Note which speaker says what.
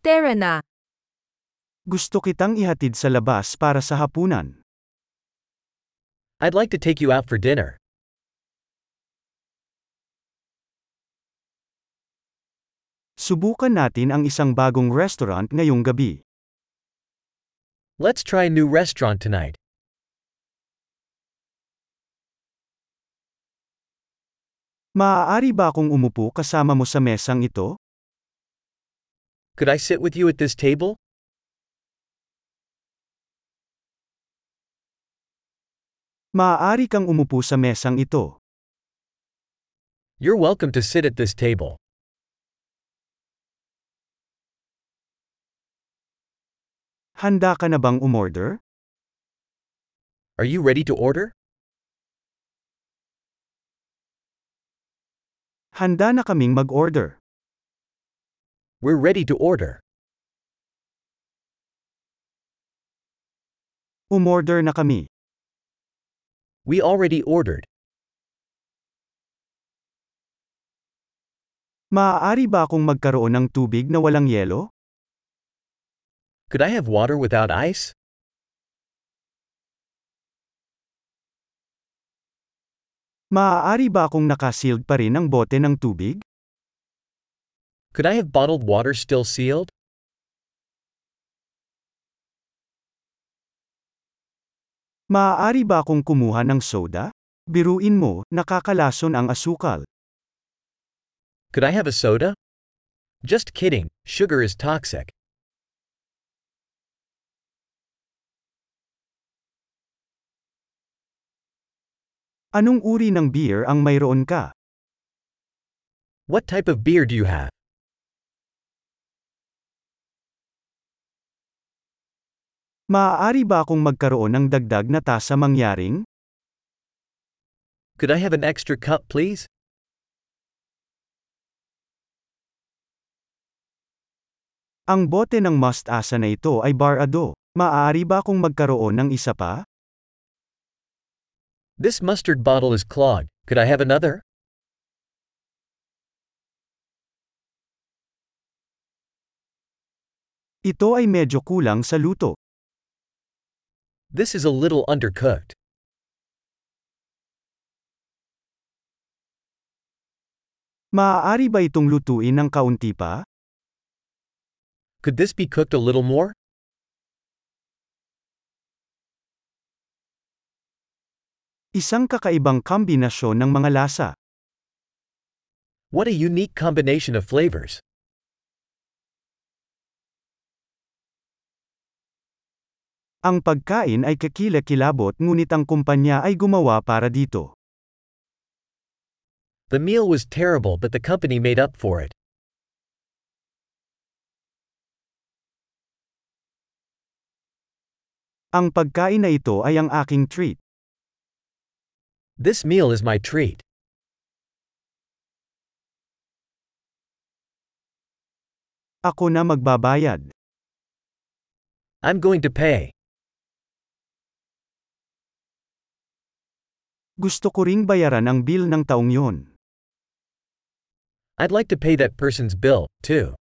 Speaker 1: Tara na.
Speaker 2: Gusto kitang ihatid sa labas para sa hapunan.
Speaker 3: I'd like to take you out for dinner.
Speaker 2: Subukan natin ang isang bagong restaurant ngayong gabi.
Speaker 3: Let's try a new restaurant tonight.
Speaker 2: Maaari ba akong umupo kasama mo sa mesang ito?
Speaker 3: Could I sit with you at this table?
Speaker 2: Maaari kang umupo sa mesang ito.
Speaker 3: You're welcome to sit at this table.
Speaker 2: Handa ka na bang umorder?
Speaker 3: Are you ready to order?
Speaker 2: Handa na kaming mag-order.
Speaker 3: We're ready to order.
Speaker 2: Umorder na kami.
Speaker 3: We already ordered.
Speaker 2: Maaari ba akong magkaroon ng tubig na walang yelo?
Speaker 3: Could I have water without ice?
Speaker 2: Maaari ba akong nakasealed pa rin ang bote ng tubig?
Speaker 3: Could I have bottled water still sealed?
Speaker 2: Maaari ba akong kumuha ng soda? Biruin mo, nakakalason ang asukal.
Speaker 3: Could I have a soda? Just kidding, sugar is toxic.
Speaker 2: Anong uri ng beer ang mayroon ka?
Speaker 3: What type of beer do you have?
Speaker 2: Maaari ba akong magkaroon ng dagdag na tasa mangyaring?
Speaker 3: Could I have an extra cup, please?
Speaker 2: Ang bote ng mustasa na ito ay barado. Maaari ba akong magkaroon ng isa pa?
Speaker 3: This mustard bottle is clogged. Could I have another?
Speaker 2: Ito ay medyo kulang sa luto.
Speaker 3: This is a little undercooked.
Speaker 2: Maaari ba itong lutuin ng kaunti pa?
Speaker 3: Could this be cooked a little more?
Speaker 2: Isang kakaibang kombinasyon ng mga lasa.
Speaker 3: What a unique combination of flavors.
Speaker 2: Ang pagkain ay kakilakilabot ngunit ang kumpanya ay gumawa para dito.
Speaker 3: The meal was terrible, but the company made up for it.
Speaker 2: Ang pagkain na ito ay ang aking treat.
Speaker 3: This meal is my treat.
Speaker 2: Ako na magbabayad.
Speaker 3: I'm going to pay.
Speaker 2: Gusto ko ring bayaran ang bill ng taong yon.
Speaker 3: I'd like to pay that person's bill, too.